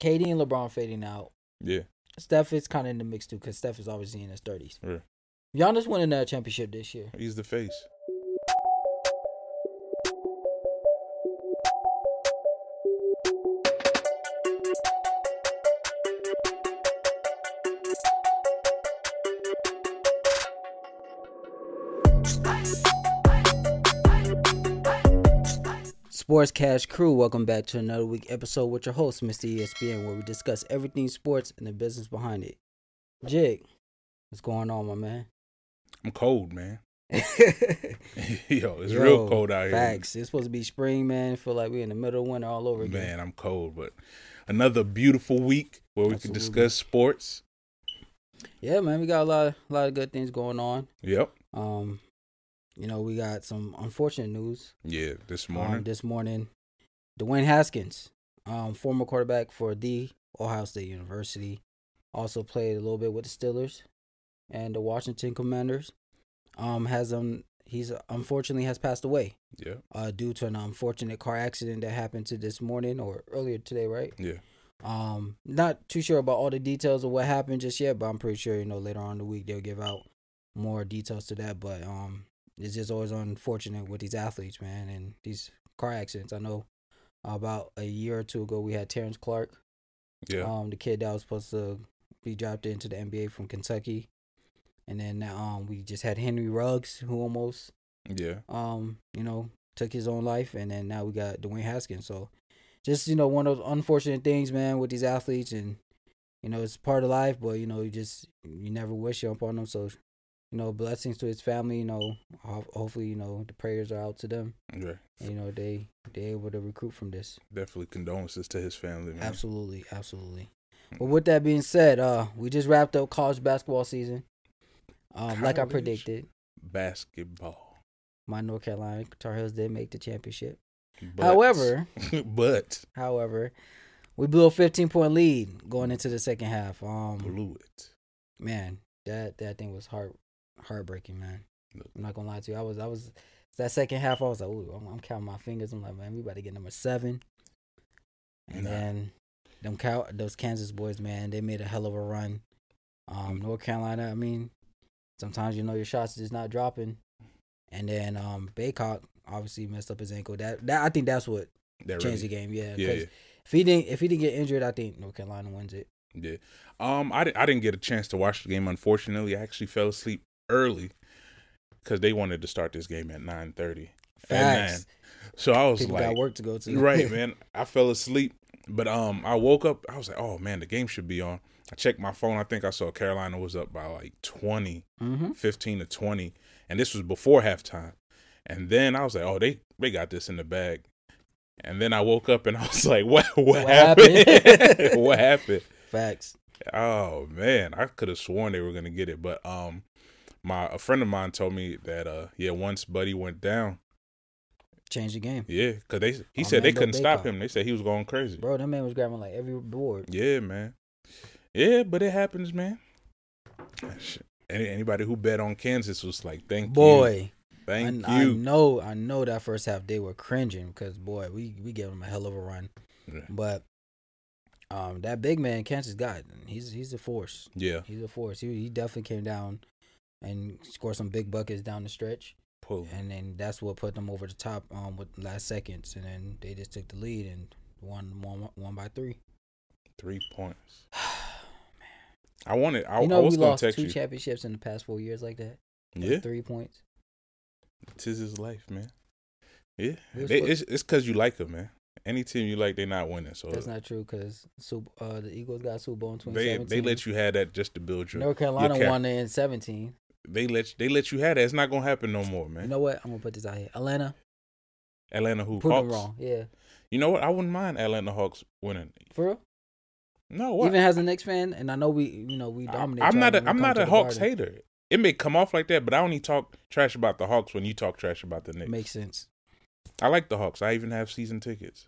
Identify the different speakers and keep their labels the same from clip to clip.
Speaker 1: KD and LeBron fading out.
Speaker 2: Yeah.
Speaker 1: Steph is kind of in the mix too, because Steph is obviously in his thirties.
Speaker 2: Yeah.
Speaker 1: Giannis winning a championship this year.
Speaker 2: He's the face.
Speaker 1: Sports Cash Crew, welcome back to another week episode with your host, E Mr. ESPN, where we discuss everything sports and the business behind it. Jig, what's going on, my man?
Speaker 2: I'm cold, man.
Speaker 1: it's
Speaker 2: Yo, it's real cold out here.
Speaker 1: Facts. It's supposed to be spring, man. Feel like we're in the middle of winter all over again.
Speaker 2: Man, I'm cold, but another beautiful week where we can
Speaker 1: Absolutely.
Speaker 2: discuss sports.
Speaker 1: Yeah, man, we got a lot, a lot of good things going on.
Speaker 2: Yep.
Speaker 1: Um, you know, we got some unfortunate news
Speaker 2: Yeah, this
Speaker 1: um,
Speaker 2: morning.
Speaker 1: this morning. Dwayne Haskins, um, former quarterback for the Ohio State University, also played a little bit with the Steelers and the Washington Commanders. Um, has um, he's unfortunately has passed away
Speaker 2: yeah.
Speaker 1: uh, due to an unfortunate car accident that happened to this morning or earlier today, right?
Speaker 2: Yeah.
Speaker 1: Um, not too sure about all the details of what happened just yet, but I'm pretty sure you know later on in the week they'll give out more details to that. But um, it's just always unfortunate with these athletes, man, and these car accidents. I know about a year or two ago we had Terrence Clark,
Speaker 2: Yeah.
Speaker 1: um, the kid that was supposed to be dropped into the NBA from Kentucky, and then um, we just had Henry Ruggs who almost
Speaker 2: yeah.
Speaker 1: um, you know, took his own life, and then now we got Dwayne Haskins. So, just you know, one of those unfortunate things, man, with these athletes, and you know, it's part of life. But you know, you just you never wish upon them. So, you know, blessings to his family. You know, ho- hopefully, you know, the prayers are out to them.
Speaker 2: Yeah.
Speaker 1: And, you know, they they able to recruit from this.
Speaker 2: Definitely condolences to his family, man.
Speaker 1: Absolutely, absolutely. But with that being said, uh, we just wrapped up college basketball season. Um, like I
Speaker 2: College.
Speaker 1: predicted,
Speaker 2: Basketball.
Speaker 1: my North Carolina Tar Heels did make the championship.
Speaker 2: But-
Speaker 1: However,
Speaker 2: but
Speaker 1: However, we blew a 15 point lead going into the second half. Um,
Speaker 2: blew it.
Speaker 1: man, that that thing was heart heartbreaking, man.
Speaker 2: Look.
Speaker 1: I'm not gonna lie to you. I was I was that second half. I was like, ooh, I'm, I'm counting my fingers. I'm like, man, we about to get number seven. And
Speaker 2: Nah.
Speaker 1: then them cow those Kansas boys, man, they made a hell of a run. Um,
Speaker 2: Mm.
Speaker 1: North Carolina. I mean, sometimes you know your shots is not dropping. And then um, Baycock obviously messed up his ankle. That that I think that's what
Speaker 2: That
Speaker 1: changed
Speaker 2: really,
Speaker 1: the game. Yeah, 'cause
Speaker 2: yeah,
Speaker 1: if he didn't, if he didn't get injured, I think North Carolina wins it.
Speaker 2: yeah, yeah. Um, I, di- I didn't get a chance to watch the game. Unfortunately, I actually fell asleep early because they wanted to start this game at nine thirty.
Speaker 1: Facts.
Speaker 2: So I was
Speaker 1: People
Speaker 2: like,
Speaker 1: got work to go to.
Speaker 2: right, man. I fell asleep, but um, I woke up. I was like, oh man, the game should be on. I checked my phone. I think I saw Carolina was up by like twenty.
Speaker 1: mm-hmm.
Speaker 2: 15 to 20 and this was before halftime and then i was like oh they they got this in the bag and then i woke up and i was like what what,
Speaker 1: What
Speaker 2: happened,
Speaker 1: happened?
Speaker 2: what happened
Speaker 1: Facts.
Speaker 2: oh man i could have sworn they were gonna get it but um my a friend of mine told me that uh yeah once buddy went down
Speaker 1: Change the game,
Speaker 2: yeah because they
Speaker 1: Oh,
Speaker 2: he said they
Speaker 1: Mando
Speaker 2: couldn't stop
Speaker 1: Baker.
Speaker 2: him they said he was going crazy
Speaker 1: bro. That man was grabbing like every board.
Speaker 2: yeah man yeah but it happens man Ah, Shit. Any, anybody who bet on kansas was like thank you
Speaker 1: Boy, I,
Speaker 2: thank
Speaker 1: I
Speaker 2: you
Speaker 1: know, I know that first half they were cringing because boy, we we gave them a hell of a run.
Speaker 2: Yeah.
Speaker 1: But um, that big man Kansas got, he's he's a force.
Speaker 2: yeah
Speaker 1: He's a force. He he definitely came down and scored some big buckets down the stretch.
Speaker 2: pull
Speaker 1: and then that's what put them over the top um with last seconds, and then they just took the lead and won one one by three.
Speaker 2: three points. I wanted. I,
Speaker 1: Oh, you know
Speaker 2: I was
Speaker 1: we
Speaker 2: gonna
Speaker 1: lost
Speaker 2: text
Speaker 1: two
Speaker 2: you.
Speaker 1: championships in the past four years like that. by
Speaker 2: yeah,
Speaker 1: three points.
Speaker 2: tis his life, man. Yeah,
Speaker 1: We was
Speaker 2: they,
Speaker 1: supposed-
Speaker 2: it's it's cause you like him, man. Any team you like, they not winning. So
Speaker 1: That's not true because uh, the Eagles got Super Bowl in
Speaker 2: they
Speaker 1: 2017.
Speaker 2: they let you have that just to build your.
Speaker 1: North Carolina
Speaker 2: cap.
Speaker 1: won it in 17.
Speaker 2: They let they let you have that. It's not gonna happen no more, man.
Speaker 1: You know what? I'm gonna put this out here. Atlanta
Speaker 2: Atlanta who
Speaker 1: put them
Speaker 2: Hawks.
Speaker 1: wrong. Yeah,
Speaker 2: You know what? I wouldn't mind Atlanta Hawks winning.
Speaker 1: for real.
Speaker 2: No, Oh, what?
Speaker 1: Even as a Knicks fan, and I know we you know we
Speaker 2: I-
Speaker 1: dominate.
Speaker 2: I'm
Speaker 1: y'all
Speaker 2: not a
Speaker 1: when it
Speaker 2: I'm
Speaker 1: comes
Speaker 2: not
Speaker 1: to
Speaker 2: a
Speaker 1: the
Speaker 2: Hawks
Speaker 1: Garden.
Speaker 2: hater. It may come off like that, but I only talk trash about the Hawks when you talk trash about the Knicks.
Speaker 1: Makes sense.
Speaker 2: I like the Hawks. I even have season tickets.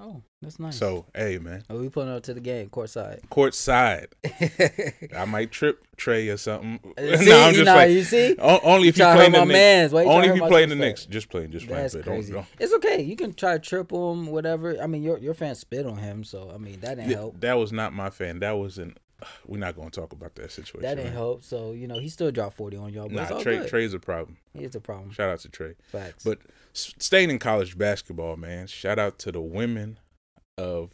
Speaker 1: Oh, that's nice.
Speaker 2: So, hey, man,
Speaker 1: Oh, we pulling up to the game courtside.
Speaker 2: court side.
Speaker 1: See,
Speaker 2: I might trip Trey or something. no,
Speaker 1: you
Speaker 2: I'm just
Speaker 1: know,
Speaker 2: like,
Speaker 1: you see,
Speaker 2: o- only if you
Speaker 1: Trying to
Speaker 2: play
Speaker 1: hurt
Speaker 2: the
Speaker 1: my
Speaker 2: Knicks.
Speaker 1: man's. Why you trying to
Speaker 2: Only if
Speaker 1: hurt
Speaker 2: you
Speaker 1: my
Speaker 2: play the
Speaker 1: sister?
Speaker 2: Knicks. Just play, just play.
Speaker 1: That's
Speaker 2: but
Speaker 1: crazy.
Speaker 2: Don't,
Speaker 1: It's okay. You can try to triple him, whatever. I mean, your your fans spit on him, so I mean that
Speaker 2: don't.
Speaker 1: didn't help.
Speaker 2: Th- that was not my fan. That was an. We're not going to talk about that situation.
Speaker 1: That didn't
Speaker 2: man.
Speaker 1: help. So you know he still dropped forty on y'all. But it's
Speaker 2: Nah,
Speaker 1: all
Speaker 2: Trey,
Speaker 1: good.
Speaker 2: Trey's a problem.
Speaker 1: Here's the problem.
Speaker 2: Shout out to Trey.
Speaker 1: Facts.
Speaker 2: But s- staying in college basketball, man. Shout out to the women of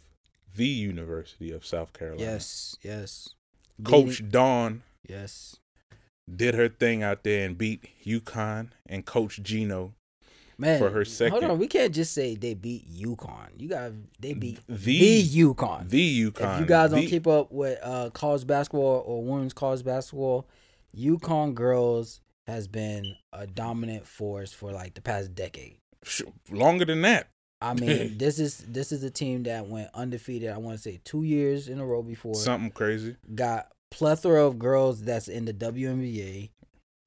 Speaker 2: the University of South Carolina.
Speaker 1: yes, yes,
Speaker 2: uh, Coach
Speaker 1: Beating-
Speaker 2: Dawn
Speaker 1: Yes,
Speaker 2: did her thing out there and beat UConn and Coach Gino
Speaker 1: man.
Speaker 2: for her second.
Speaker 1: Hold on, we can't just say they beat UConn. You got they beat the,
Speaker 2: the
Speaker 1: Yukon.
Speaker 2: the UConn.
Speaker 1: If you guys don't
Speaker 2: the-
Speaker 1: keep up with uh, college basketball or women's college basketball, UConn girls has been a dominant force for like the past decade.
Speaker 2: Sh- longer than that.
Speaker 1: I mean, this is this is a team that went undefeated. I want to say two years in a row before
Speaker 2: Something crazy.
Speaker 1: got plethora of girls that's in the WNBA,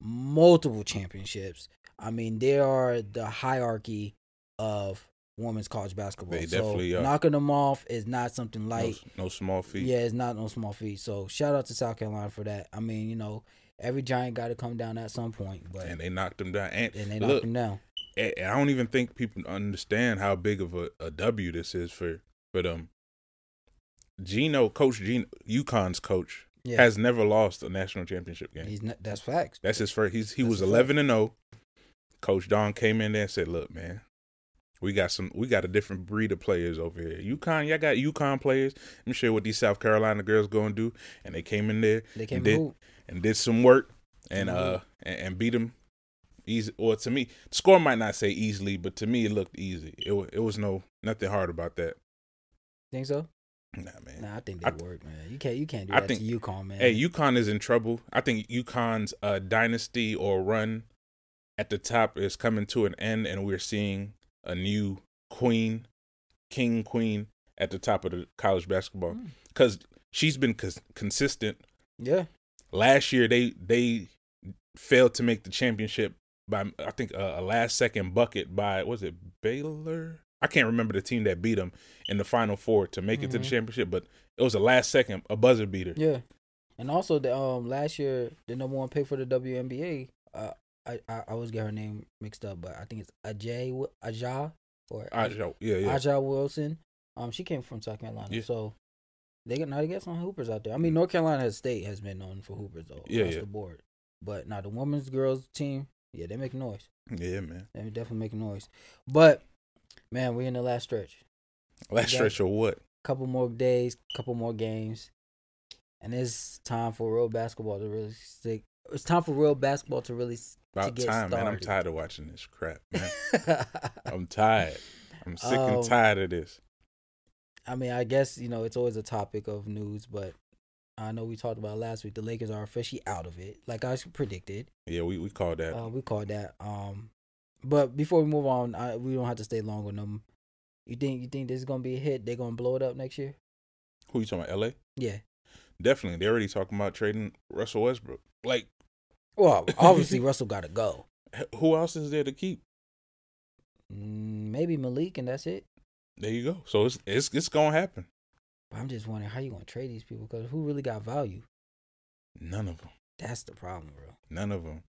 Speaker 1: multiple championships. I mean, they are the hierarchy of women's college basketball.
Speaker 2: They
Speaker 1: so
Speaker 2: definitely are.
Speaker 1: knocking them off is not something
Speaker 2: No-
Speaker 1: light.
Speaker 2: no, small feat.
Speaker 1: Yeah, it's not no small feat. So shout out to South Carolina for that. I mean, you know, every giant got to come down at some point, but
Speaker 2: And
Speaker 1: and
Speaker 2: they knocked them down. And,
Speaker 1: they, knocked
Speaker 2: look,
Speaker 1: him down.
Speaker 2: I I don't even think people understand how big of a, a W this is for for them. Gino, Coach Gino, UConn's coach,
Speaker 1: Yeah,
Speaker 2: has never lost a national championship game.
Speaker 1: he's not, that's facts.
Speaker 2: That's his first. He's he
Speaker 1: That's
Speaker 2: was
Speaker 1: a fact.
Speaker 2: eleven and zero. Coach Don came in there and said, "Look, man, we got some. We got a different breed of players over here. UConn, y'all got UConn players. I'm sure what these South Carolina girls going to do." And they came in there
Speaker 1: They came
Speaker 2: did-
Speaker 1: hoop.
Speaker 2: and did some work and
Speaker 1: Mhm.
Speaker 2: uh and, and beat them easy. Or to me, the score might not say easily, but to me it looked easy. It wa- it was no nothing hard about that.
Speaker 1: Think so?
Speaker 2: Nah, man.
Speaker 1: Nah, I think
Speaker 2: I
Speaker 1: they work, man. You can't you can't do
Speaker 2: I
Speaker 1: that
Speaker 2: think-
Speaker 1: to UConn, man.
Speaker 2: Hey, UConn is in trouble. I think UConn's uh, dynasty or run at the top is coming to an end, and we're seeing a new queen, king, queen at the top of the college basketball
Speaker 1: Mm.
Speaker 2: because she's been cons- consistent.
Speaker 1: yeah,
Speaker 2: Last year, they they failed to make the championship by I think uh, a last second bucket by was it Baylor? I can't remember the team that beat them in the final four to make it to the
Speaker 1: Mhm.
Speaker 2: championship, but it was a last second a buzzer beater.
Speaker 1: yeah. And also, the um last year the number one pick for the WNBA, uh, I I, I always get her name mixed up, but I think it's Ajay Wi- Aja or
Speaker 2: I- yeah, yeah.
Speaker 1: Aja Wilson. Um, she came from South Carolina,
Speaker 2: Yeah. Mm-hmm.
Speaker 1: so they got now they got some hoopers out there. I mean, North Carolina State has been known for hoopers though
Speaker 2: Yeah,
Speaker 1: across
Speaker 2: yeah.
Speaker 1: the board, but now the women's girls team, yeah, they make noise.
Speaker 2: Yeah, man.
Speaker 1: They definitely make noise. But man, we're in the last stretch.
Speaker 2: Last
Speaker 1: Yeah.
Speaker 2: stretch or what?
Speaker 1: Couple more days, couple more games, and it's time for real basketball to really stick. It's time for real basketball to really. s-
Speaker 2: About
Speaker 1: get
Speaker 2: time, man. I'm
Speaker 1: started.
Speaker 2: tired of watching this crap, man. I'm tired. I'm sick
Speaker 1: Um,
Speaker 2: and tired of this.
Speaker 1: I mean, I guess you know it's always a topic of news, but I know we talked about last week. The Lakers are officially out of it, like I predicted.
Speaker 2: Yeah, we, we call that.
Speaker 1: Uh, we called that. Um, but before we move on, I, we don't have to stay long on them. You think you think this is gonna be a hit? They're gonna blow it up next year?
Speaker 2: who you talking about? LA?
Speaker 1: Yeah.
Speaker 2: Definitely. They already talking about trading Russell Westbrook. Like,
Speaker 1: Well, obviously Russell got to go.
Speaker 2: h- who else is there to keep?
Speaker 1: Mm, maybe Malik, and that's it.
Speaker 2: There you go. So it's it's it's gonna happen.
Speaker 1: But I'm just wondering how you gonna trade these people because who really got value?
Speaker 2: None of them.
Speaker 1: That's the problem, bro.
Speaker 2: None of them.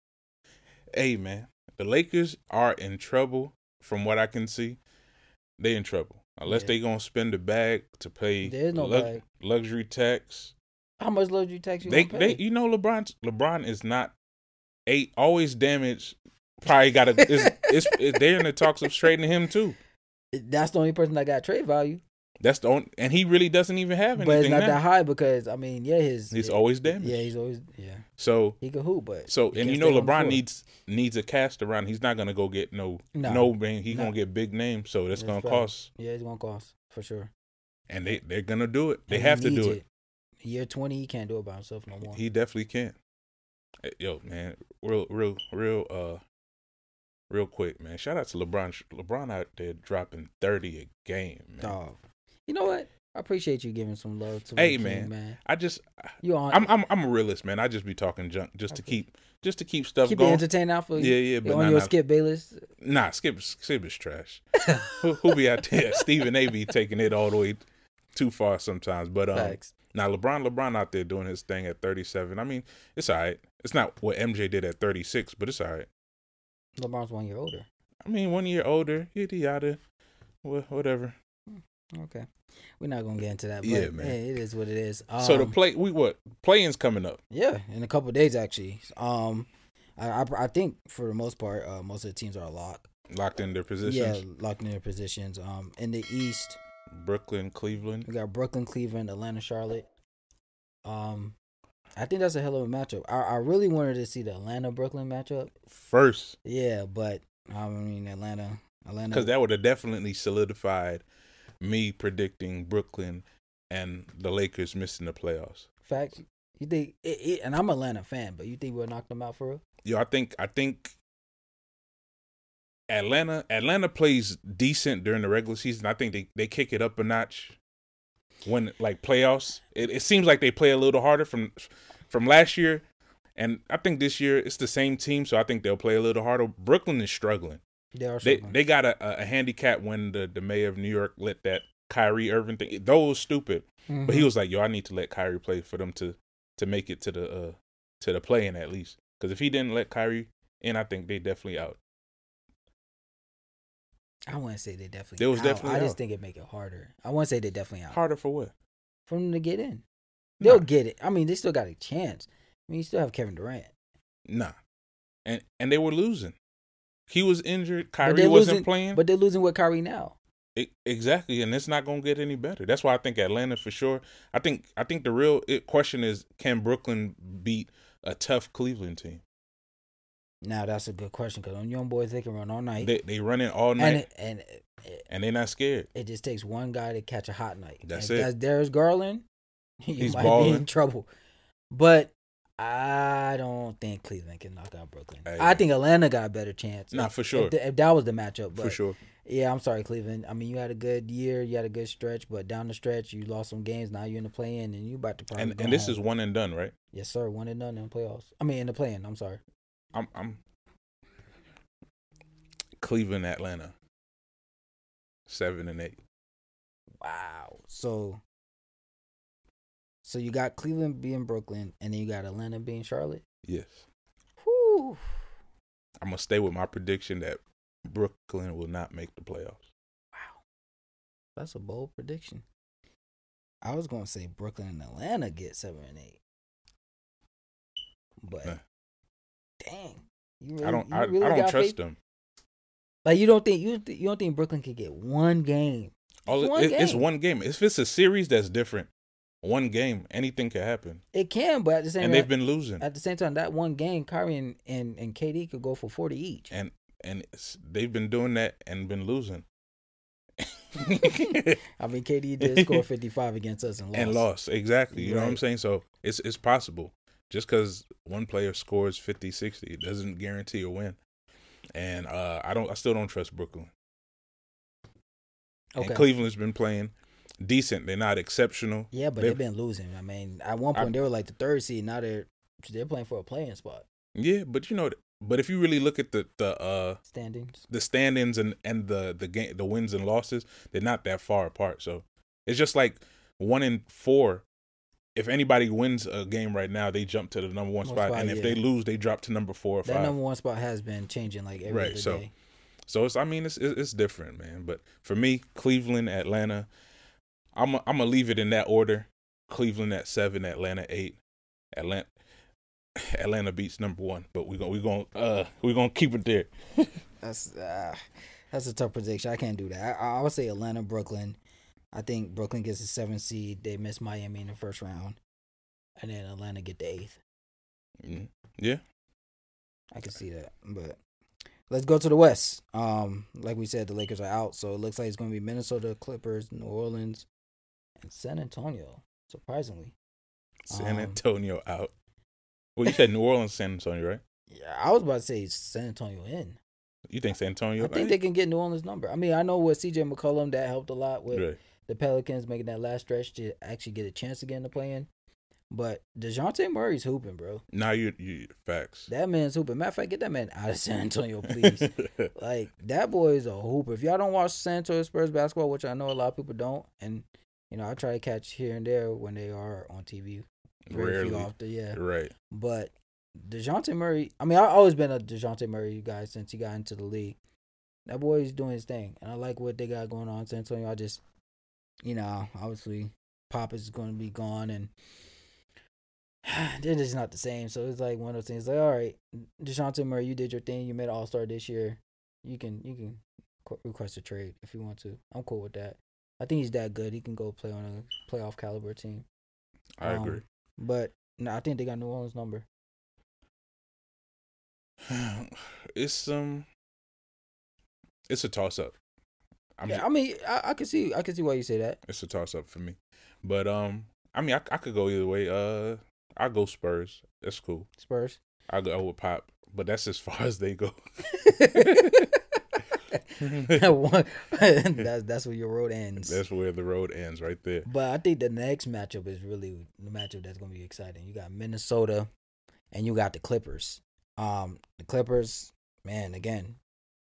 Speaker 2: Hey, man. The Lakers are in trouble. From what I can see, they in trouble. Unless
Speaker 1: Yeah.
Speaker 2: they gonna spend the bag to pay
Speaker 1: There's no
Speaker 2: lux-
Speaker 1: bag.
Speaker 2: luxury tax.
Speaker 1: How much love you tax you?
Speaker 2: they,
Speaker 1: gonna pay?
Speaker 2: they, e you know, LeBron, LeBron is not eight. Always damaged. Probably got a. It's, it's, it, they're in the talks of trading him too.
Speaker 1: that's the only person that got trade value,
Speaker 2: That's the only, and he really doesn't even have
Speaker 1: but it's
Speaker 2: anything
Speaker 1: not
Speaker 2: now.
Speaker 1: that high because I mean, yeah, his
Speaker 2: He's
Speaker 1: yeah,
Speaker 2: always damaged.
Speaker 1: yeah, he's always yeah,
Speaker 2: So,
Speaker 1: he could hoop, but
Speaker 2: so,
Speaker 1: he
Speaker 2: and
Speaker 1: can't
Speaker 2: you know,
Speaker 1: stay on the
Speaker 2: LeBron
Speaker 1: floor.
Speaker 2: needs needs a cast around. He's not gonna go get no
Speaker 1: No.
Speaker 2: no, man. He's
Speaker 1: No.
Speaker 2: gonna get big names. So that's,
Speaker 1: That's
Speaker 2: gonna
Speaker 1: right.
Speaker 2: cost.
Speaker 1: yeah, it's gonna cost for sure.
Speaker 2: And they they're gonna do it. They
Speaker 1: And he
Speaker 2: have to
Speaker 1: needs
Speaker 2: do it.
Speaker 1: Year twenty, he can't do it by himself no more.
Speaker 2: He definitely can. Eh, Yo, man, real, real, real, uh, real quick, man. Shout out to LeBron. LeBron out there dropping thirty a game, man.
Speaker 1: Dog. You know what? I appreciate you giving some love to
Speaker 2: Hey,
Speaker 1: Rakeem,
Speaker 2: man.
Speaker 1: man.
Speaker 2: I just
Speaker 1: You on?
Speaker 2: I'm I'm I'm a realist, man. I just be talking junk just to keep just to keep stuff
Speaker 1: keep it
Speaker 2: going.
Speaker 1: entertained out for you.
Speaker 2: Yeah, yeah, but
Speaker 1: on
Speaker 2: nah,
Speaker 1: your
Speaker 2: nah.
Speaker 1: Skip Bayless.
Speaker 2: Nah, Skip Skip is trash. who, who be out there? Stephen A. be taking it all the way too far sometimes. But um,
Speaker 1: Facts.
Speaker 2: now LeBron LeBron out there doing his thing at 37. I mean, it's all right. It's not what MJ did at 36, but it's all right.
Speaker 1: LeBron's one year older.
Speaker 2: I mean, one year older, yada yada, wha- whatever.
Speaker 1: Okay, we're not gonna get into that. But
Speaker 2: Yeah, man.
Speaker 1: hey, it is what it is. Um,
Speaker 2: so the play we what play-in's coming up.
Speaker 1: yeah, in a couple days actually. Um, I, I I think for the most part, uh, most of the teams are locked.
Speaker 2: Locked in their positions.
Speaker 1: Yeah, locked in their positions. Um, in the East,
Speaker 2: Brooklyn, Cleveland.
Speaker 1: we got Brooklyn, Cleveland, Atlanta, Charlotte. Um, I think that's a hell of a matchup. I, I really wanted to see the Atlanta Brooklyn matchup.
Speaker 2: First.
Speaker 1: Yeah, but I mean Atlanta, Atlanta.
Speaker 2: because that would have definitely solidified me predicting Brooklyn and the Lakers missing the playoffs.
Speaker 1: fact, you think? It, it, and I'm an Atlanta fan, but you think we'll knock them out for real?
Speaker 2: Yo, I think I think Atlanta Atlanta plays decent during the regular season. I think they, they kick it up a notch when like playoffs. It, it seems like they play a little harder from from last year, and I think this year it's the same team, so I think they'll play a little harder. Brooklyn is struggling.
Speaker 1: They are.
Speaker 2: They
Speaker 1: struggling.
Speaker 2: they got a, a- a handicap when the, the mayor of New York let that Kyrie Irving thing. Those stupid. But
Speaker 1: Mm-hmm.
Speaker 2: he was like, "Yo, I need to let Kyrie play for them to to make it to the uh to the play in at least. Because if he didn't let Kyrie in, I think they definitely out.
Speaker 1: I wouldn't say they definitely.
Speaker 2: They was
Speaker 1: out.
Speaker 2: definitely
Speaker 1: I just
Speaker 2: out.
Speaker 1: think it make it harder. I wouldn't say they definitely out
Speaker 2: Harder for what?
Speaker 1: for them to get in.
Speaker 2: Nah.
Speaker 1: They'll get it. I mean, they still got a chance. I mean, you still have Kevin Durant.
Speaker 2: Nah, and and they were losing. He was injured. Kyrie
Speaker 1: they're
Speaker 2: wasn't
Speaker 1: losing-
Speaker 2: playing.
Speaker 1: But they're losing with Kyrie now.
Speaker 2: E- exactly, and it's not gonna get any better. That's why I think Atlanta for sure. I think I think the real it, question is, can Brooklyn beat a tough Cleveland team?
Speaker 1: Now that's a good question because them young boys they can run all night,
Speaker 2: They they run it all night
Speaker 1: and
Speaker 2: and,
Speaker 1: it, and it, it,
Speaker 2: they're not scared.
Speaker 1: it just takes one guy to catch a hot night.
Speaker 2: That's
Speaker 1: if
Speaker 2: it.
Speaker 1: That's Darius Garland. You
Speaker 2: He's
Speaker 1: might be in
Speaker 2: balling.
Speaker 1: trouble, but I don't think Cleveland can knock out Brooklyn.
Speaker 2: Hey,
Speaker 1: I
Speaker 2: man.
Speaker 1: think Atlanta got a better chance.
Speaker 2: Nah,
Speaker 1: If-
Speaker 2: for sure.
Speaker 1: If, th- if that was the matchup, but
Speaker 2: for sure.
Speaker 1: Yeah, I'm sorry, Cleveland. I mean, you had a good year, you had a good stretch, but down the stretch, you lost some games. Now you're in the play-in, and you about to probably
Speaker 2: And
Speaker 1: go
Speaker 2: and this
Speaker 1: home.
Speaker 2: is one and done, right?
Speaker 1: yes, sir, one and none in the playoffs. I mean, in the play-in. I'm sorry.
Speaker 2: I'm I'm Cleveland, Atlanta. Seven and eight.
Speaker 1: Wow. So, so you got Cleveland being Brooklyn, and then you got Atlanta being Charlotte.
Speaker 2: Yes.
Speaker 1: Whew.
Speaker 2: I'm gonna stay with my prediction that Brooklyn will not make the playoffs.
Speaker 1: Wow. That's a bold prediction. I was gonna say Brooklyn and Atlanta get seven and eight, but
Speaker 2: Nah.
Speaker 1: dang, you really,
Speaker 2: I don't
Speaker 1: you
Speaker 2: I,
Speaker 1: really
Speaker 2: I
Speaker 1: got
Speaker 2: don't
Speaker 1: faith
Speaker 2: trust them.
Speaker 1: Like you don't think you you don't think Brooklyn could get one game?
Speaker 2: All
Speaker 1: It's
Speaker 2: it-
Speaker 1: one
Speaker 2: it- it's
Speaker 1: game.
Speaker 2: one game. If it's a series that's different, one game, anything can happen.
Speaker 1: It can, but at the same
Speaker 2: And
Speaker 1: time,
Speaker 2: they've been losing.
Speaker 1: at the same time that one game, Kyrie and, and and KD could go for forty each.
Speaker 2: And and it's, they've been doing that and been losing.
Speaker 1: I mean, KD did score fifty five against us and lost.
Speaker 2: and lost. Exactly. You know what I'm
Speaker 1: Right.
Speaker 2: saying? So it's it's possible. Just because one player scores 50, 60, it doesn't guarantee a win. And uh, I don't I still don't trust Brooklyn.
Speaker 1: Okay.
Speaker 2: And Cleveland's been playing decent. They're not exceptional.
Speaker 1: yeah, but
Speaker 2: They-
Speaker 1: they've been losing. I mean, at one point
Speaker 2: I-
Speaker 1: they were like the third seed. Now they're they're playing for a playing spot
Speaker 2: Yeah, but you know but if you really look at the the uh
Speaker 1: standings.
Speaker 2: the standings and and the the game the wins and losses, they're not that far apart. So it's just like one in four. If anybody wins a game right now, they jump to the number one
Speaker 1: One
Speaker 2: spot,
Speaker 1: spot,
Speaker 2: and if
Speaker 1: yeah.
Speaker 2: they lose, they drop to number four or
Speaker 1: That
Speaker 2: five.
Speaker 1: number one spot has been changing like every
Speaker 2: Right,
Speaker 1: other
Speaker 2: so-
Speaker 1: day.
Speaker 2: So it's I mean it's it's it's different, man. But for me, Cleveland, Atlanta, I'm i I'm gonna leave it in that order. Cleveland at seven, Atlanta eight, Atlanta Atlanta beats number one. But we gonna we gonna uh we gonna keep it there.
Speaker 1: That's uh, that's a tough prediction. I can't do that. I, I would say Atlanta, Brooklyn. I think Brooklyn gets the seventh seed. They miss Miami in the first round, and then Atlanta get the eighth.
Speaker 2: Mm. Yeah,
Speaker 1: I can see that. But let's go to the West. Um, like we said, the Lakers are out, so it looks like it's going to be Minnesota, Clippers, New Orleans, and San Antonio. Surprisingly,
Speaker 2: San
Speaker 1: Um,
Speaker 2: Antonio out. Well, you said New Orleans, San Antonio, right?
Speaker 1: yeah, I was about to say San Antonio in.
Speaker 2: You think San Antonio?
Speaker 1: I think they can get New Orleans number. I mean, I know with C.J. McCollum that helped a lot with
Speaker 2: Right.
Speaker 1: the Pelicans making that last stretch to actually get a chance again to play in. But Dejounte Murray's hooping, bro.
Speaker 2: Now you you facts.
Speaker 1: That man's hooping. Matter of fact, get that man out of San Antonio, please. like that boy is a hooper. If y'all don't watch San Antonio Spurs basketball, which I know a lot of people don't, and you know I try to catch here and there when they are on TV. Very
Speaker 2: Rarely.
Speaker 1: few often, yeah.
Speaker 2: right.
Speaker 1: But Dejounte Murray, I mean, I've always been a Dejounte Murray guy since he got into the league. That boy is doing his thing, and I like what they got going on in San Antonio. I just, you know, obviously Pop is going to be gone, and they're just not the same. So it's like one of those things. Like, all right, Dejounte Murray, you did your thing. You made All Star this year. You can you can qu- request a trade if you want to. I'm cool with that. I think he's that good. He can go play on a playoff caliber team.
Speaker 2: I
Speaker 1: Um,
Speaker 2: agree.
Speaker 1: But no, I think they got New Orleans number.
Speaker 2: it's um it's a toss up. I'm
Speaker 1: yeah,
Speaker 2: ju-
Speaker 1: I mean, I, I can see, I can see why you say that.
Speaker 2: it's a toss up for me. But um I mean I, I could go either way. Uh I'll go Spurs. That's cool.
Speaker 1: Spurs.
Speaker 2: I'll go with Pop. But that's as far as they go.
Speaker 1: One- that's that's where your road ends.
Speaker 2: That's where the road ends right there.
Speaker 1: but I think the next matchup is really the matchup that's going to be exciting. You got Minnesota, and you got the Clippers. Um, the Clippers, man, again,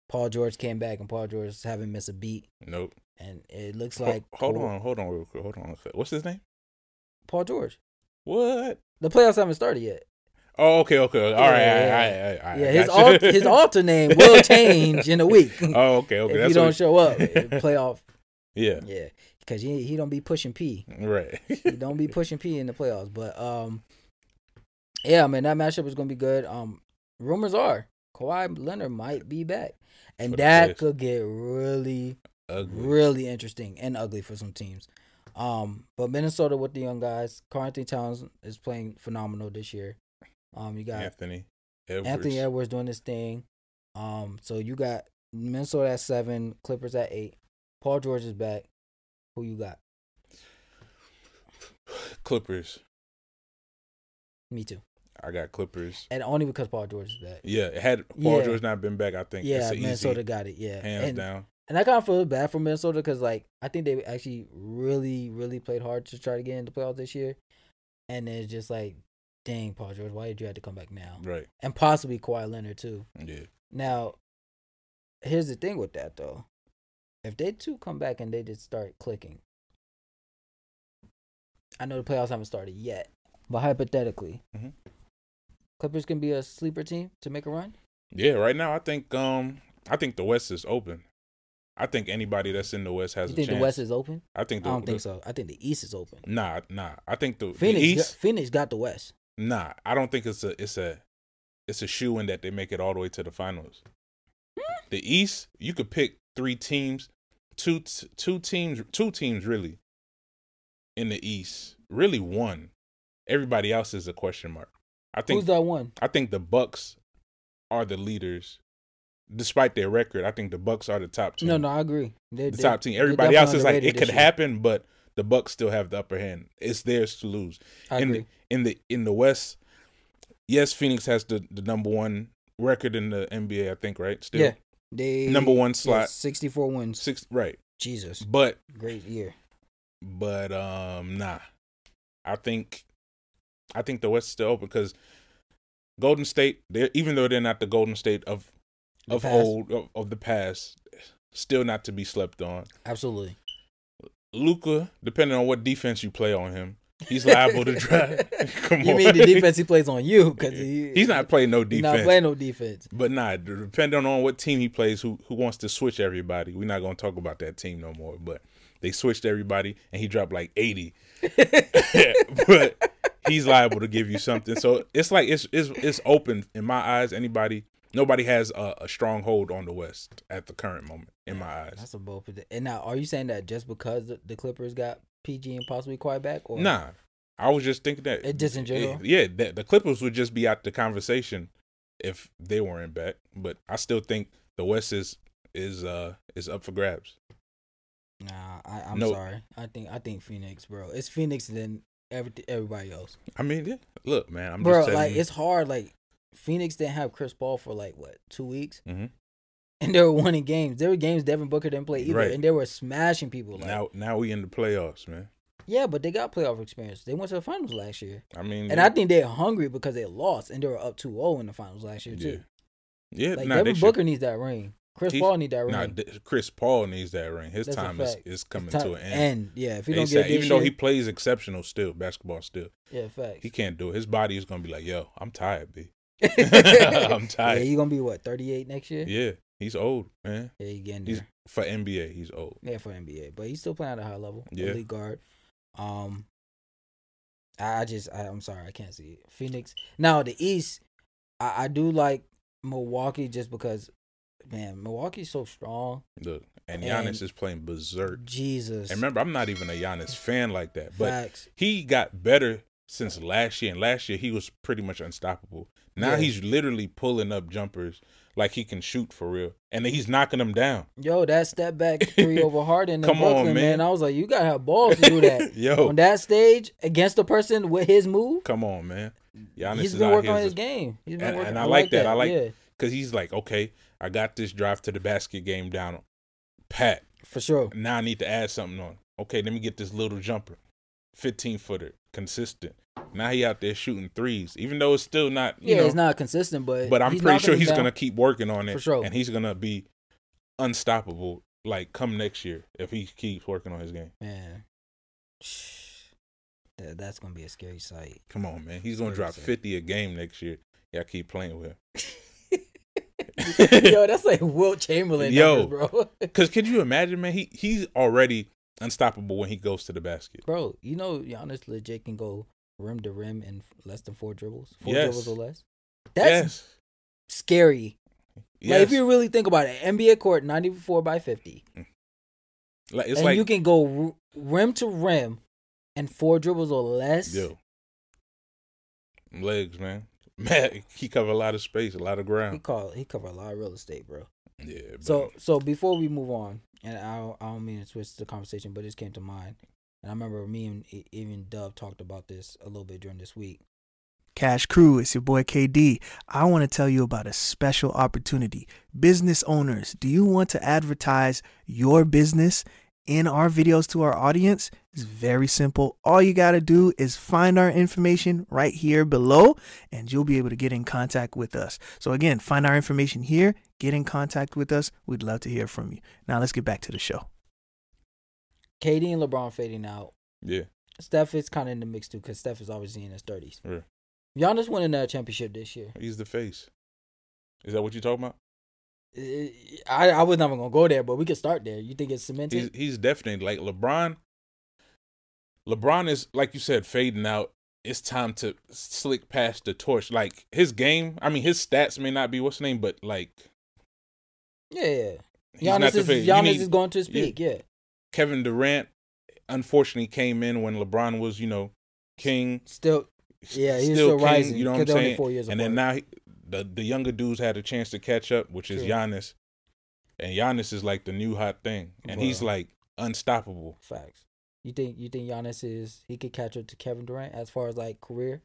Speaker 1: Paul George came back, and Paul George haven't missed a beat,
Speaker 2: Nope.
Speaker 1: and it looks
Speaker 2: Ho-
Speaker 1: like
Speaker 2: hold on, hold on real quick. Hold on. What's his name?
Speaker 1: Paul George.
Speaker 2: What?
Speaker 1: The playoffs haven't started yet.
Speaker 2: Oh, okay, okay. All right,
Speaker 1: Yeah,
Speaker 2: all right, all right, all right.
Speaker 1: yeah, his
Speaker 2: Gotcha.
Speaker 1: alt, his alter name will change in a week.
Speaker 2: Oh, okay, okay.
Speaker 1: if
Speaker 2: that's
Speaker 1: you
Speaker 2: what
Speaker 1: don't show up, playoff.
Speaker 2: Yeah,
Speaker 1: Yeah, because he he don't be pushing P.
Speaker 2: right.
Speaker 1: He don't be pushing P in the playoffs. But um, yeah, man, that matchup is gonna be good. Um, rumors are Kawhi Leonard might be back, and
Speaker 2: For the
Speaker 1: that
Speaker 2: Clips.
Speaker 1: could get really,
Speaker 2: Ugly.
Speaker 1: really interesting and ugly for some teams. Um, but Minnesota with the young guys, Carl Anthony Towns is playing phenomenal this year. Um, you got
Speaker 2: Anthony Edwards.
Speaker 1: Anthony Edwards doing this thing. Um, so you got Minnesota at seven, Clippers at eight. Paul George is back. Who you got?
Speaker 2: Clippers.
Speaker 1: Me too.
Speaker 2: I got Clippers.
Speaker 1: And only because Paul George is back.
Speaker 2: Yeah, had Paul
Speaker 1: Yeah.
Speaker 2: George not been back, I think
Speaker 1: yeah,
Speaker 2: it's an
Speaker 1: Minnesota
Speaker 2: easy
Speaker 1: got it. Yeah,
Speaker 2: hands
Speaker 1: and,
Speaker 2: down.
Speaker 1: and I kind of feel bad for Minnesota because like I think they actually really, really played hard to try to get into playoffs this year, and it's just like, dang, Paul George, why did you have to come back now?
Speaker 2: Right.
Speaker 1: And possibly Kawhi Leonard too.
Speaker 2: Yeah.
Speaker 1: Now, here's the thing with that though. If they two come back and they just start clicking, I know the playoffs haven't started yet, but hypothetically,
Speaker 2: Mhm.
Speaker 1: Clippers can be a sleeper team to make a run.
Speaker 2: Yeah, right now I think um I think the West is open. I think anybody that's in the West has
Speaker 1: you
Speaker 2: a
Speaker 1: think
Speaker 2: chance.
Speaker 1: the West is open?
Speaker 2: I think
Speaker 1: I
Speaker 2: the,
Speaker 1: don't
Speaker 2: the-
Speaker 1: think so. I think the East is open.
Speaker 2: Nah, nah. I think the, the
Speaker 1: Phoenix, got-
Speaker 2: East
Speaker 1: Phoenix got the West.
Speaker 2: Nah, I don't think it's a it's a it's a shoe in that they make it all the way to the finals.
Speaker 1: Hmm?
Speaker 2: The East, you could pick three teams, two t- two teams, two teams really in the East. Really one. Everybody else is a question mark. I
Speaker 1: Who's
Speaker 2: think
Speaker 1: that one?
Speaker 2: I think the Bucks are the leaders, despite their record. I think the Bucks are the top team.
Speaker 1: No, no, I agree. They,
Speaker 2: the
Speaker 1: they-
Speaker 2: top team.
Speaker 1: they're
Speaker 2: Everybody else
Speaker 1: definitely
Speaker 2: is like
Speaker 1: underrated
Speaker 2: it could
Speaker 1: this year.
Speaker 2: happen, but the Bucks still have the upper hand. It's theirs to lose
Speaker 1: I
Speaker 2: in
Speaker 1: agree.
Speaker 2: the in the in the West, yes, Phoenix has the, the number one record in the NBA, I think, right? Still
Speaker 1: yeah, they
Speaker 2: number one slot.
Speaker 1: sixty-four wins.
Speaker 2: Six right.
Speaker 1: Jesus,
Speaker 2: But
Speaker 1: great year.
Speaker 2: but um nah. I think I think the West is still open because Golden State, they even though they're not the Golden State of
Speaker 1: The
Speaker 2: of
Speaker 1: past.
Speaker 2: old of, of the past, still not to be slept on.
Speaker 1: Absolutely.
Speaker 2: Luca, depending on what defense you play on him, he's liable to drive. Come
Speaker 1: you
Speaker 2: on.
Speaker 1: mean the defense he plays on you? Because he,
Speaker 2: he's not playing no
Speaker 1: he's
Speaker 2: defense.
Speaker 1: not playing no defense.
Speaker 2: But nah, d- depending on what team he plays, who who wants to switch everybody, we're not gonna talk about that team no more. But they switched everybody, and he dropped like eighty. but he's liable to give you something. So it's like it's it's it's open in my eyes. Anybody, nobody has a, a strong hold on the West at the current moment. In my eyes,
Speaker 1: That's a bold predict- And now, are you saying that just because the, the Clippers got PG and possibly Kawhi back? Or
Speaker 2: nah. I was just thinking that
Speaker 1: It just in general?
Speaker 2: yeah, that the Clippers would just be out the conversation if they weren't back. But I still think the West is is uh is up for grabs.
Speaker 1: Nah, I, I'm
Speaker 2: No.
Speaker 1: sorry. I think I think Phoenix, bro. It's Phoenix and then every, everybody else,
Speaker 2: I mean, yeah. Look, man, I'm
Speaker 1: bro.
Speaker 2: just telling
Speaker 1: Like
Speaker 2: you.
Speaker 1: it's hard. Like Phoenix didn't have Chris Paul for like what two weeks.
Speaker 2: Mhm.
Speaker 1: and they were winning games. There were games Devin Booker didn't play either,
Speaker 2: Right.
Speaker 1: and they were smashing people. Like,
Speaker 2: now, now we in the playoffs, man.
Speaker 1: yeah, but they got playoff experience. They went to the finals last year,
Speaker 2: I mean,
Speaker 1: and I think they're hungry because they lost and they were up 2-0 in the finals last year
Speaker 2: yeah,
Speaker 1: too.
Speaker 2: yeah.
Speaker 1: Like
Speaker 2: nah, they
Speaker 1: Devin
Speaker 2: should-
Speaker 1: Booker needs that ring. Chris
Speaker 2: He-
Speaker 1: Paul need that ring.
Speaker 2: nah, th- Chris Paul needs that ring. His
Speaker 1: That's a
Speaker 2: time is,
Speaker 1: fact.
Speaker 2: is coming
Speaker 1: Time-
Speaker 2: to an end.
Speaker 1: yeah, if he don't
Speaker 2: ASAP.
Speaker 1: get it
Speaker 2: even
Speaker 1: this
Speaker 2: though he
Speaker 1: year,
Speaker 2: plays exceptional still, basketball still,
Speaker 1: yeah, facts.
Speaker 2: he can't do it. His body is gonna be like, yo, I'm tired, B. I'm
Speaker 1: yeah,
Speaker 2: tired.
Speaker 1: he gonna be what 38 next year.
Speaker 2: Yeah, he's old, man.
Speaker 1: Yeah, he getting
Speaker 2: He's
Speaker 1: there.
Speaker 2: for NBA, he's old.
Speaker 1: Yeah, for NBA, but he's still playing at a high level.
Speaker 2: Yeah.
Speaker 1: elite guard. Um, I I just I, I'm sorry, I can't see it. Phoenix. Now the East, I, I do like Milwaukee just because, man, Milwaukee's so strong.
Speaker 2: Look, and Giannis
Speaker 1: And-
Speaker 2: is playing berserk.
Speaker 1: Jesus,
Speaker 2: And remember, I'm not even a Giannis fan like that, but
Speaker 1: facts.
Speaker 2: he got better since last year. And last year, he was pretty much unstoppable. Now
Speaker 1: Yeah.
Speaker 2: he's literally pulling up jumpers like he can shoot for real, and he's knocking them down.
Speaker 1: Yo, that step back three over Harden in
Speaker 2: Come on,
Speaker 1: Brooklyn, man.
Speaker 2: man.
Speaker 1: I was like, you gotta have balls to do that.
Speaker 2: Yo,
Speaker 1: On that stage against the person with his move,
Speaker 2: come on, man. Giannis
Speaker 1: he's
Speaker 2: is
Speaker 1: been
Speaker 2: out
Speaker 1: working
Speaker 2: here
Speaker 1: on his
Speaker 2: just
Speaker 1: game. He's been
Speaker 2: and-
Speaker 1: working.
Speaker 2: and I like that. I like-
Speaker 1: yeah,
Speaker 2: because he's like, okay, I got this drive to the basket game down, pat.
Speaker 1: for sure.
Speaker 2: Now I need to add something on. Okay, let me get this little jumper, fifteen footer, consistent. Now he out there shooting threes, even though it's still not, you
Speaker 1: Yeah,
Speaker 2: know,
Speaker 1: it's not consistent, but
Speaker 2: but I'm
Speaker 1: he's
Speaker 2: pretty
Speaker 1: knocking
Speaker 2: sure
Speaker 1: them
Speaker 2: he's
Speaker 1: down.
Speaker 2: gonna keep working on it,
Speaker 1: For sure.
Speaker 2: and he's gonna be unstoppable. Like come next year if he keeps working on his game.
Speaker 1: Man, that, that's gonna be a scary sight.
Speaker 2: Come on, man, he's gonna drop
Speaker 1: Crazy.
Speaker 2: fifty a game next year. Yeah, keep playing with him.
Speaker 1: Yo, that's like Wilt Chamberlain.
Speaker 2: Yo.
Speaker 1: numbers, bro,
Speaker 2: Cause could you imagine, man? He he's already unstoppable when he goes to the basket.
Speaker 1: bro, you know Giannis legit can go rim to rim in f- less than four dribbles, four
Speaker 2: Yes.
Speaker 1: dribbles or less. That's scary.
Speaker 2: yes,
Speaker 1: Like
Speaker 2: yes.
Speaker 1: if you really think about it, NBA court ninety four by fifty,
Speaker 2: Like, it's
Speaker 1: and
Speaker 2: like
Speaker 1: you can go r- rim to rim in four dribbles or less.
Speaker 2: Yo. Legs, man. Man, he cover a lot of space, a lot of
Speaker 1: He
Speaker 2: ground.
Speaker 1: call he cover a lot of real estate, bro.
Speaker 2: Yeah. But,
Speaker 1: So so before we move on, and I don't- I don't mean to switch the conversation, but this came to mind, and I remember me and e- even Dove talked about this a little bit during this week.
Speaker 3: Cash Crew, it's your boy KD. I want to tell you about a special opportunity. Business owners, do you want to advertise your business in our videos to our audience? It's very simple. All you got to do is find our information right here below, and you'll be able to get in contact with us. So, again, find our information here, get in contact with us. We'd love to hear from you. Now, let's get back to the show.
Speaker 1: KD and LeBron fading out.
Speaker 2: yeah.
Speaker 1: Steph is kind of in the mix too, because Steph is obviously in his thirties.
Speaker 2: yeah.
Speaker 1: Giannis winning that championship this year.
Speaker 2: He's the face. Is that what you're talking about?
Speaker 1: I I I was not even gonna go there, but we could start there. You think it's cemented?
Speaker 2: He's he's definitely like LeBron. LeBron is like you said, fading out. It's time to slick past the torch. Like his game, I mean his stats may not be what's the name, but like
Speaker 1: yeah, yeah.
Speaker 2: he's not
Speaker 1: Giannis
Speaker 2: the
Speaker 1: is
Speaker 2: face. You
Speaker 1: Giannis
Speaker 2: need-
Speaker 1: is going to his
Speaker 2: yeah.
Speaker 1: peak. Yeah,
Speaker 2: Kevin Durant unfortunately came in when LeBron was, you know, king.
Speaker 1: still Yeah, he was still
Speaker 2: king,
Speaker 1: rising,
Speaker 2: You know
Speaker 1: 'cause
Speaker 2: what I'm
Speaker 1: they're only
Speaker 2: saying?
Speaker 1: four years
Speaker 2: and then
Speaker 1: apart.
Speaker 2: now he, the the younger dudes had a chance to catch up, which is
Speaker 1: True.
Speaker 2: Giannis. And Giannis is like the new hot thing, and he's
Speaker 1: Bruh.
Speaker 2: like unstoppable.
Speaker 1: facts. You think you think Giannis is he could catch up to Kevin Durant as far as like career?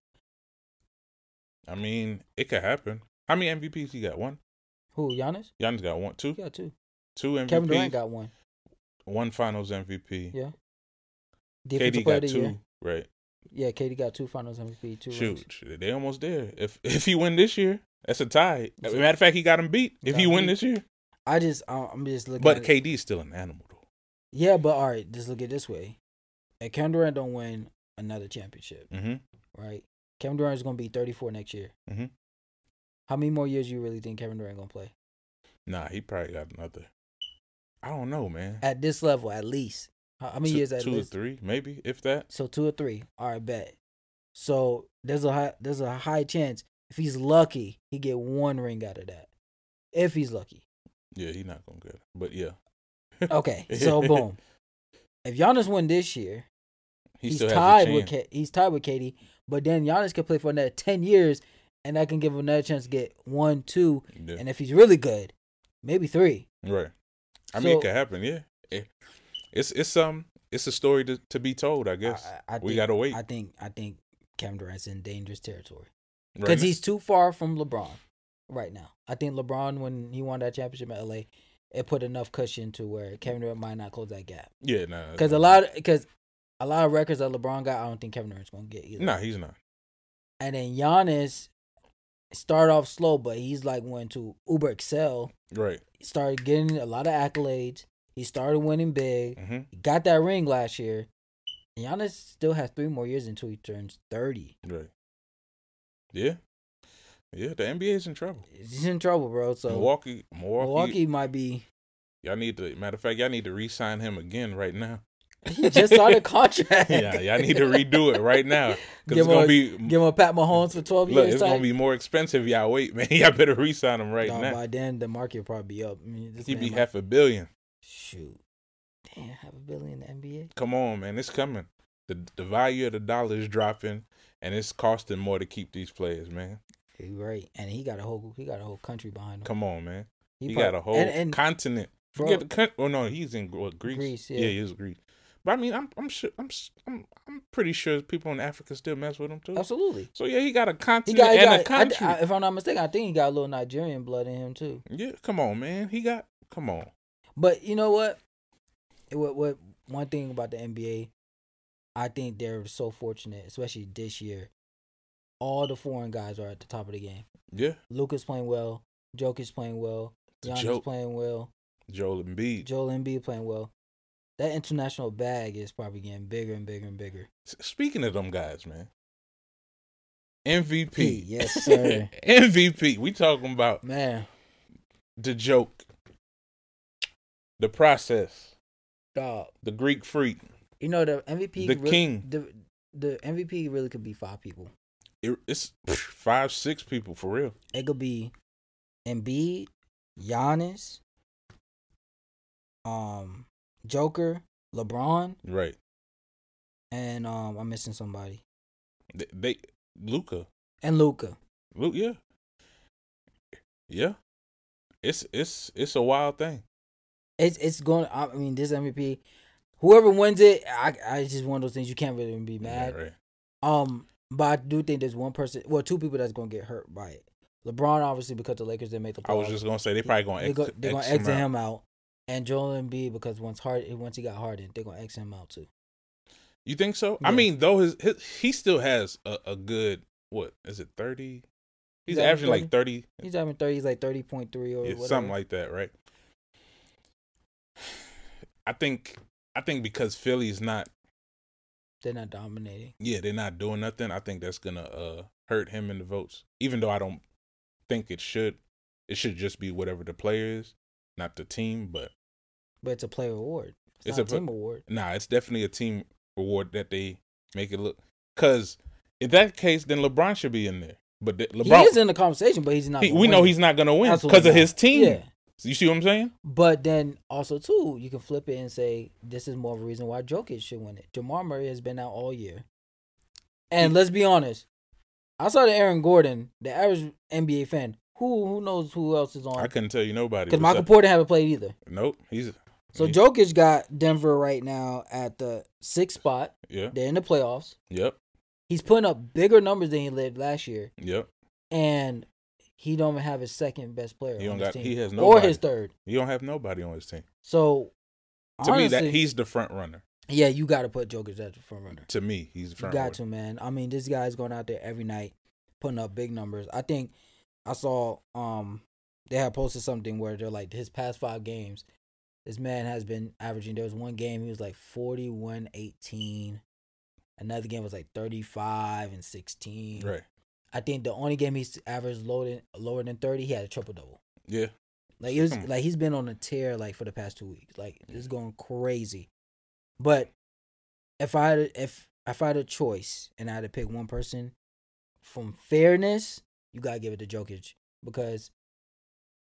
Speaker 2: I mean, it could happen. How many MVPs he got? One.
Speaker 1: Who Giannis?
Speaker 2: Giannis got one, two,
Speaker 1: Yeah, too.
Speaker 2: two MVPs.
Speaker 1: Kevin Durant got one.
Speaker 2: one Finals MVP.
Speaker 1: Yeah.
Speaker 2: KD
Speaker 1: Defensive player
Speaker 2: got
Speaker 1: of the
Speaker 2: two.
Speaker 1: year.
Speaker 2: Right.
Speaker 1: Yeah, KD got two Finals MVP, two rings.
Speaker 2: Shoot, they almost there. If if he win this year, that's a tie. As a matter of fact, he got him beat. If
Speaker 1: Got
Speaker 2: he win
Speaker 1: beat.
Speaker 2: this year,
Speaker 1: I just, I- I'm just looking.
Speaker 2: but
Speaker 1: at it.
Speaker 2: KD is still an animal though.
Speaker 1: yeah, but all right, just look at it this way. If Kevin Durant don't win another championship,
Speaker 2: Mm-hmm.
Speaker 1: right? Kevin Durant is going to be 34 next year.
Speaker 2: Mm-hmm.
Speaker 1: How many more years you really think Kevin Durant going to play
Speaker 2: Nah, he probably got another. I don't know, man.
Speaker 1: at this level? At least how, how many
Speaker 2: two,
Speaker 1: years at
Speaker 2: two
Speaker 1: least?
Speaker 2: or three, maybe if that.
Speaker 1: So two or three. All right, bet. So there's a high, there's a high chance if he's lucky he get one ring out of that. If he's lucky.
Speaker 2: Yeah, he not gonna get it. But yeah,
Speaker 1: Okay, so boom. If Giannis win this year,
Speaker 2: he
Speaker 1: he's
Speaker 2: still has
Speaker 1: tied
Speaker 2: a
Speaker 1: with
Speaker 2: chance.
Speaker 1: Ka- he's tied with Katie. But then Giannis could play for another ten years, and that can give him another chance to get one, two,
Speaker 2: Yeah.
Speaker 1: and if he's really good, maybe three.
Speaker 2: right. I mean,
Speaker 1: So-
Speaker 2: it could happen. Yeah, It- it's it's um it's a story to, to be told. I guess
Speaker 1: I
Speaker 2: we
Speaker 1: think-
Speaker 2: gotta wait.
Speaker 1: I think I think Kevin Durant's in dangerous territory
Speaker 2: right
Speaker 1: because
Speaker 2: now.
Speaker 1: he's too far from LeBron. right now. I think LeBron, when he won that championship at LA, it put enough cushion to where Kevin Durant might not close that gap.
Speaker 2: Yeah, nah.
Speaker 1: Because a lot, because a lot of records that LeBron got, I don't think Kevin Durant's gonna get either.
Speaker 2: Nah, he's not.
Speaker 1: And then Giannis started off slow, but he's like went to uber excel.
Speaker 2: Right.
Speaker 1: He started getting a lot of accolades. He started winning big.
Speaker 2: hmm
Speaker 1: He got that ring last year. And Giannis still has three more years until he turns thirty.
Speaker 2: Right. Yeah. Yeah, the NBA's in trouble.
Speaker 1: He's in trouble, bro. So Milwaukee,
Speaker 2: Milwaukee, Milwaukee,
Speaker 1: might be.
Speaker 2: Y'all need to. Matter of fact, y'all need to re-sign him again right now.
Speaker 1: He just signed a contract.
Speaker 2: yeah, y'all need to redo it right now because
Speaker 1: Give
Speaker 2: it's
Speaker 1: him,
Speaker 2: gonna
Speaker 1: a,
Speaker 2: be.
Speaker 1: give him a Pat Mahomes for twelve
Speaker 2: Look,
Speaker 1: years.
Speaker 2: it's gonna
Speaker 1: type.
Speaker 2: be more expensive. Y'all wait, man. Y'all better re-sign him right
Speaker 1: Dog,
Speaker 2: now.
Speaker 1: By then, the market will probably be up. I mean, this
Speaker 2: He
Speaker 1: man
Speaker 2: be
Speaker 1: might-
Speaker 2: half a billion.
Speaker 1: Shoot. Damn, half a billion in the NBA.
Speaker 2: Come on, man. It's coming. The the value of the dollar is dropping, and it's costing more to keep these players, man.
Speaker 1: You right, and he got a whole he got a whole country behind him.
Speaker 2: Come on, man. He,
Speaker 1: prob-
Speaker 2: got a whole
Speaker 1: and, and
Speaker 2: continent.
Speaker 1: bro,
Speaker 2: Forget the country. Oh no, he's in what, Greece.
Speaker 1: Greece,
Speaker 2: yeah.
Speaker 1: yeah.
Speaker 2: he is Greece. But I mean, I'm I'm sure I'm s- I'm I'm pretty sure people in Africa still mess with him too.
Speaker 1: absolutely.
Speaker 2: So yeah, he got a
Speaker 1: He
Speaker 2: continent
Speaker 1: got, he
Speaker 2: and
Speaker 1: got
Speaker 2: a
Speaker 1: I th-
Speaker 2: country.
Speaker 1: I- if I'm not mistaken, I think he got a little Nigerian blood in him too.
Speaker 2: yeah, come on, man. He got come on.
Speaker 1: But you know what? It- What what one thing about the NBA, I think they're so fortunate, especially this year. All the foreign guys are at the top of the game.
Speaker 2: Yeah,
Speaker 1: Luca's playing well, Jokic's playing well,
Speaker 2: The
Speaker 1: Giannis
Speaker 2: joke.
Speaker 1: playing well.
Speaker 2: Joel Embiid.
Speaker 1: Joel Embiid playing well. That international bag is probably getting bigger and bigger and bigger.
Speaker 2: S- Speaking of them guys, man. MVP.
Speaker 1: P, yes, sir.
Speaker 2: MVP. We talking about
Speaker 1: Man,
Speaker 2: the joke, the process,
Speaker 1: dog.
Speaker 2: the Greek freak.
Speaker 1: You know the MVP,
Speaker 2: The
Speaker 1: re-
Speaker 2: king.
Speaker 1: the the MVP really could be five people.
Speaker 2: It- it's five, six people for real.
Speaker 1: It could be Embiid, Giannis, um, Joker, LeBron,
Speaker 2: Right.
Speaker 1: and um, I'm missing somebody.
Speaker 2: They, they Luca.
Speaker 1: And Luca.
Speaker 2: Luke, yeah. Yeah. It's it's it's a wild thing.
Speaker 1: It's it's going. I mean, this MVP, whoever wins it, I I it's just one of those things you can't really be mad.
Speaker 2: Yeah, right.
Speaker 1: Um, but I do think there's one person, well, two people that's gonna get hurt by it. LeBron, obviously, because the Lakers didn't make the playoffs.
Speaker 2: I was just gonna say they probably gonna
Speaker 1: they're
Speaker 2: ex,
Speaker 1: gonna, they're gonna exit
Speaker 2: him. out.
Speaker 1: him out, and Joel Embiid because once hard once he got hardened, they're gonna exit him out too.
Speaker 2: You think so? I
Speaker 1: Yeah.
Speaker 2: mean, though his, his he still has a, a good what is it thirty? He's,
Speaker 1: He's
Speaker 2: averaging
Speaker 1: averaging
Speaker 2: like thirty,
Speaker 1: He's having thirty, he's like thirty point three or
Speaker 2: yeah,
Speaker 1: whatever.
Speaker 2: something like that, right? I think I think because Philly's not
Speaker 1: they're not dominating.
Speaker 2: yeah they're not doing nothing. I think that's gonna uh hurt him in the votes. Even though I don't think it should. It should just be whatever the player is, not the team. But
Speaker 1: But it's a player award. It's, not
Speaker 2: It's
Speaker 1: a,
Speaker 2: a pla-
Speaker 1: team award.
Speaker 2: Nah, it's definitely a team reward that they make it look. Cause in that case, then LeBron should be in there. But the, LeBron,
Speaker 1: he is in the conversation, but he's not.
Speaker 2: he-
Speaker 1: gonna
Speaker 2: we
Speaker 1: win
Speaker 2: know
Speaker 1: it.
Speaker 2: he's not gonna win
Speaker 1: Absolutely
Speaker 2: because of
Speaker 1: not.
Speaker 2: his team.
Speaker 1: Yeah,
Speaker 2: You see what I'm saying?
Speaker 1: but then also too, you can flip it and say this is more of a reason why Jokic should win it. Jamar Murray has been out all year, and let's be honest, outside of Aaron Gordon, the average NBA fan, who who knows who else is
Speaker 2: I
Speaker 1: on?
Speaker 2: couldn't tell you nobody.
Speaker 1: Because
Speaker 2: was Mm-hmm.
Speaker 1: Michael
Speaker 2: up-
Speaker 1: Porter haven't played either.
Speaker 2: Nope. He's
Speaker 1: So
Speaker 2: he-
Speaker 1: Jokic got Denver right now at the sixth spot.
Speaker 2: Yeah.
Speaker 1: They're in the playoffs.
Speaker 2: Yep.
Speaker 1: He's putting up bigger numbers than he did last year,
Speaker 2: Yep.
Speaker 1: and he don't even have his second best player
Speaker 2: He
Speaker 1: on
Speaker 2: don't
Speaker 1: his
Speaker 2: got-
Speaker 1: team,
Speaker 2: he has
Speaker 1: or
Speaker 2: nobody.
Speaker 1: his third.
Speaker 2: He don't have nobody on his team.
Speaker 1: So
Speaker 2: To
Speaker 1: honestly,
Speaker 2: me, that he's the front runner.
Speaker 1: yeah, you got to put Jokic at the front runner.
Speaker 2: To me, he's
Speaker 1: You
Speaker 2: the front
Speaker 1: got
Speaker 2: runner.
Speaker 1: to, man. I mean, this guy's going out there every night, putting up big numbers. I think I saw um they had posted something where they're like his past five games, this man has been averaging. There was one game he was like 41, 18. Another game was like 35 and 16.
Speaker 2: Right.
Speaker 1: I think the only game he's averaged lower than, lower than 30, he had a triple double.
Speaker 2: Yeah.
Speaker 1: Like it was
Speaker 2: Come on.
Speaker 1: like he's been on a tear like for the past two weeks. Like it's going crazy. But if I had a- if if I had a choice and I had to pick one person from fairness, you gotta give it to Jokic because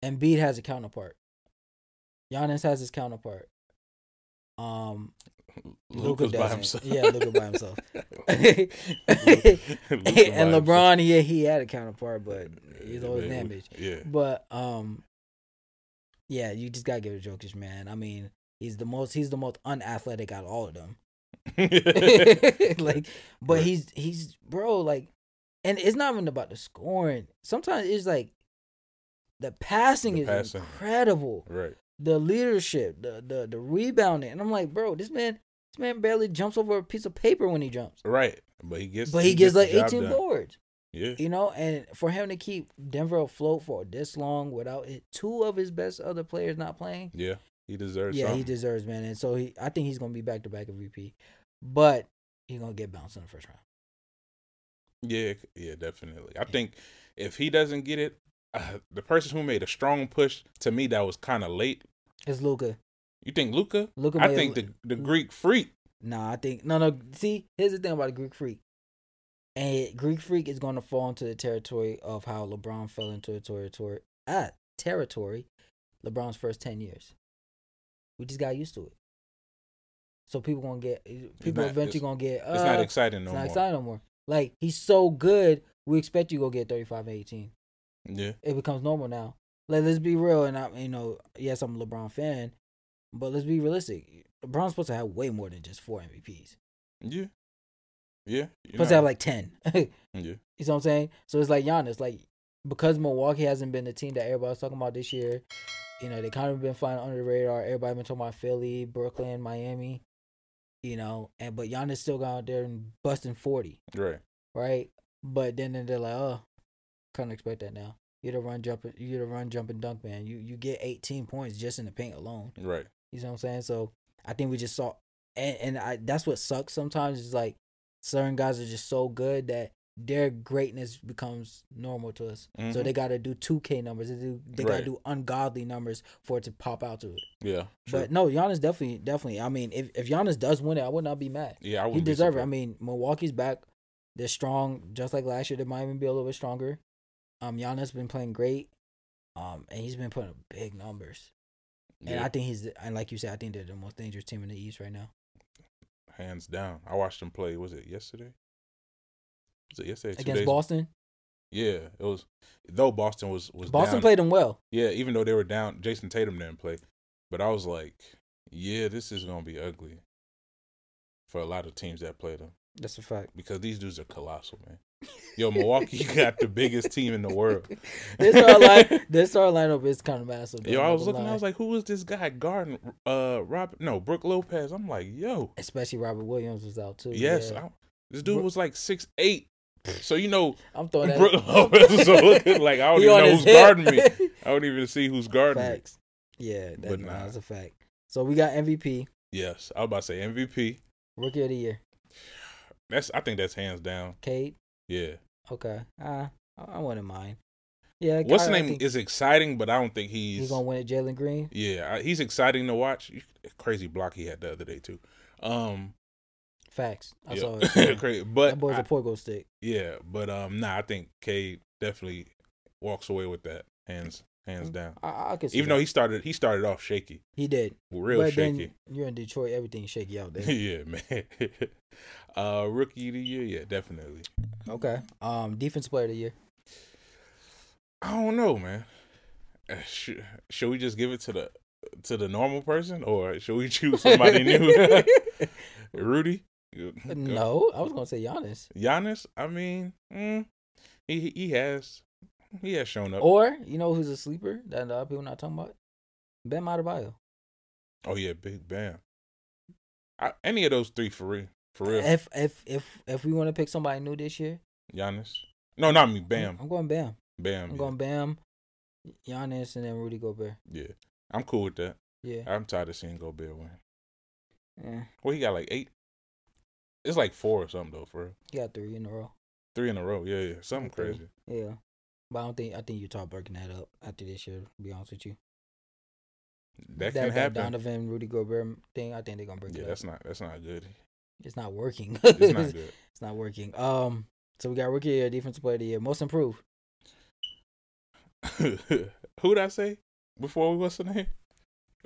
Speaker 1: Embiid has a counterpart. Giannis has his counterpart. Um, Luka
Speaker 2: Luka's by
Speaker 1: doesn't.
Speaker 2: himself.
Speaker 1: Yeah, Luka by himself.
Speaker 2: Luka- Luka by
Speaker 1: and
Speaker 2: himself.
Speaker 1: LeBron, yeah, he had a counterpart, but he's
Speaker 2: Yeah,
Speaker 1: always
Speaker 2: man,
Speaker 1: damaged.
Speaker 2: Yeah.
Speaker 1: But um, yeah, you just gotta give it to Jokic, man. I mean, he's the most he's the most unathletic out of all of them. like, but
Speaker 2: Right.
Speaker 1: he's he's bro, like, and it's not even about the scoring. Sometimes it's like The passing
Speaker 2: The
Speaker 1: is
Speaker 2: passing.
Speaker 1: incredible.
Speaker 2: Right.
Speaker 1: The leadership, the the the rebounding, and I'm like, bro, this man, this man barely jumps over a piece of paper when he jumps,
Speaker 2: Right. But he gets
Speaker 1: but he gets
Speaker 2: the
Speaker 1: like
Speaker 2: job
Speaker 1: 18
Speaker 2: done.
Speaker 1: boards.
Speaker 2: Yeah.
Speaker 1: You know, and for him to keep Denver afloat for this long without it, two of his best other players not playing,
Speaker 2: Yeah. He deserves
Speaker 1: yeah,
Speaker 2: something.
Speaker 1: he deserves, man. And so he, I think he's gonna be back to back MVP, but he's gonna get bounced in the first round.
Speaker 2: Yeah, c- yeah, definitely. I think if he doesn't get it, uh, the person who made a strong push to me that was kind of late.
Speaker 1: It's Luca.
Speaker 2: You think Luca?
Speaker 1: Luka
Speaker 2: I
Speaker 1: made a uh,
Speaker 2: think the
Speaker 1: li-
Speaker 2: the Greek freak.
Speaker 1: Nah, I think no, no. See, here's the thing about the Greek Freak, and Greek Freak is gonna fall into the territory of how LeBron fell into a territory at ah, territory, LeBron's first ten years. We just got used to it. So people gonna get people
Speaker 2: not-
Speaker 1: eventually
Speaker 2: it's-
Speaker 1: gonna get.
Speaker 2: it's not
Speaker 1: uh,
Speaker 2: exciting no
Speaker 1: it's not
Speaker 2: more.
Speaker 1: exciting no more. Like he's so good, we expect you to go get 35 and 18.
Speaker 2: Yeah,
Speaker 1: It becomes normal now. Like let's be real, and I you know yes I'm a LeBron fan, but let's be realistic. LeBron's supposed to have way more than just four MVPs.
Speaker 2: yeah, yeah. you're
Speaker 1: Supposed
Speaker 2: not-
Speaker 1: to have like 10. you
Speaker 2: yeah,
Speaker 1: know what I'm saying? So it's like Giannis, like because Milwaukee hasn't been the team that everybody's talking about this year. You know they kind of been flying under the radar. Everybody been talking about Philly, Brooklyn, Miami. You know, and but Giannis still got out there and busting 40.
Speaker 2: right.
Speaker 1: right? But then then they're like, oh, couldn't expect that now. You're the run jumping, you're the run jumping dunk man. You you get 18 points just in the paint alone.
Speaker 2: Right.
Speaker 1: You know what I'm saying? So I think we just saw, and and I that's what sucks sometimes is like certain guys are just so good that their greatness becomes normal to us. So
Speaker 2: Mhm.
Speaker 1: they got to do 2K numbers. They do they got to
Speaker 2: Right.
Speaker 1: do ungodly numbers for it to pop out to it.
Speaker 2: Yeah. true.
Speaker 1: But no, Giannis definitely definitely. I mean, if if Giannis does win it, I would not be mad
Speaker 2: yeah, I
Speaker 1: he
Speaker 2: wouldn't be
Speaker 1: deserved it. I
Speaker 2: surprised.
Speaker 1: mean, Milwaukee's back. They're strong, just like last year. They might even be a little bit stronger. Um, Giannis been playing great. Um, and he's been putting up big numbers. And
Speaker 2: Yeah,
Speaker 1: I think he's and like you said, I think they're the most dangerous team in the East right now.
Speaker 2: hands down. I watched him play. Was it yesterday? Was it yesterday? Two
Speaker 1: Against
Speaker 2: days-
Speaker 1: Boston,
Speaker 2: Yeah, it was. Though Boston was was
Speaker 1: Boston
Speaker 2: down,
Speaker 1: played them well.
Speaker 2: Yeah, even though they were down, Jason Tatum didn't play. But I was like, yeah, this is gonna be ugly for a lot of teams that play them
Speaker 1: That's a fact.
Speaker 2: because these dudes are colossal, man. Yo, Milwaukee got the biggest team in the world.
Speaker 1: This our line, this our lineup is kind of massive. though,
Speaker 2: Yo,
Speaker 1: I'm
Speaker 2: I
Speaker 1: not
Speaker 2: was
Speaker 1: gonna
Speaker 2: looking, I
Speaker 1: lie.
Speaker 2: was like, who is this guy guarding? Uh, Rob, no, Brooke Lopez. I'm like, yo,
Speaker 1: especially Robert Williams was out too.
Speaker 2: yes,
Speaker 1: yeah.
Speaker 2: I, this dude was like six eight. So you know,
Speaker 1: I'm throwing that.
Speaker 2: Brooke Lopez was looking like I don't
Speaker 1: He
Speaker 2: even
Speaker 1: on
Speaker 2: know
Speaker 1: his
Speaker 2: who's
Speaker 1: hip.
Speaker 2: guarding me. I don't even see who's guarding me.
Speaker 1: Facts. Yeah, that,
Speaker 2: But
Speaker 1: nah,
Speaker 2: nah.
Speaker 1: that's a fact. So we got MVP,
Speaker 2: Yes, I was about to say MVP.
Speaker 1: Rookie of the Year,
Speaker 2: That's I think that's hands down.
Speaker 1: Cade.
Speaker 2: Yeah.
Speaker 1: Okay. Uh, I, I wouldn't mind. Yeah.
Speaker 2: What's
Speaker 1: I,
Speaker 2: the
Speaker 1: I
Speaker 2: name
Speaker 1: think
Speaker 2: is exciting, but I don't think he's.
Speaker 1: He's gonna win it, Jalen Green.
Speaker 2: yeah, I- he's exciting to watch. Crazy block he had the other day too. Um,
Speaker 1: Facts. I
Speaker 2: yeah.
Speaker 1: saw it. yeah.
Speaker 2: Cra- but
Speaker 1: that boy's
Speaker 2: I-
Speaker 1: a pogo stick.
Speaker 2: yeah, but um, nah, I think Cade definitely walks away with that hands
Speaker 1: Mm.
Speaker 2: hands down.
Speaker 1: I, I could see
Speaker 2: Even
Speaker 1: that.
Speaker 2: though he started he started off shaky,
Speaker 1: he did,
Speaker 2: real
Speaker 1: but
Speaker 2: shaky.
Speaker 1: then you're in Detroit, everything's shaky out there.
Speaker 2: yeah, man. uh, rookie of the year, yeah, definitely.
Speaker 1: okay. Um, defensive player of the year.
Speaker 2: I don't know, man. Uh, sh- should we just give it to the to the normal person, or should we choose somebody new? Rudy?
Speaker 1: no, I was gonna say Giannis.
Speaker 2: Giannis? I mean, mm, he he has he has shown up. Oh,
Speaker 1: Or you know who's a sleeper that a lot of people not talking about? Ben Adebayo.
Speaker 2: Oh, yeah, Big Bam. I, any of those three for real, for real.
Speaker 1: If if if if we want to pick somebody new this year,
Speaker 2: Giannis. No, not me.
Speaker 1: I'm,
Speaker 2: Bam,
Speaker 1: I'm going Bam.
Speaker 2: Bam.
Speaker 1: I'm
Speaker 2: yeah.
Speaker 1: going Bam, Giannis, and then Rudy Gobert.
Speaker 2: yeah, I'm cool with that.
Speaker 1: Yeah.
Speaker 2: I'm tired of seeing Gobert win.
Speaker 1: yeah.
Speaker 2: Well, he got like eight. It's like four or something though, for real.
Speaker 1: He got three in a row.
Speaker 2: three in a row. Yeah, yeah, something
Speaker 1: Okay.
Speaker 2: crazy.
Speaker 1: Yeah. But I don't think I think Utah breaking that up after this year, to be honest with you.
Speaker 2: That, can happen.
Speaker 1: Donovan Rudy Gobert thing, I think they're gonna break
Speaker 2: Yeah,
Speaker 1: it up.
Speaker 2: that's not that's not good.
Speaker 1: It's not working.
Speaker 2: It's not good.
Speaker 1: It's not working. Um so we got rookie of the year, defensive player of the year, most improved.
Speaker 2: Who'd I say before we what's the name?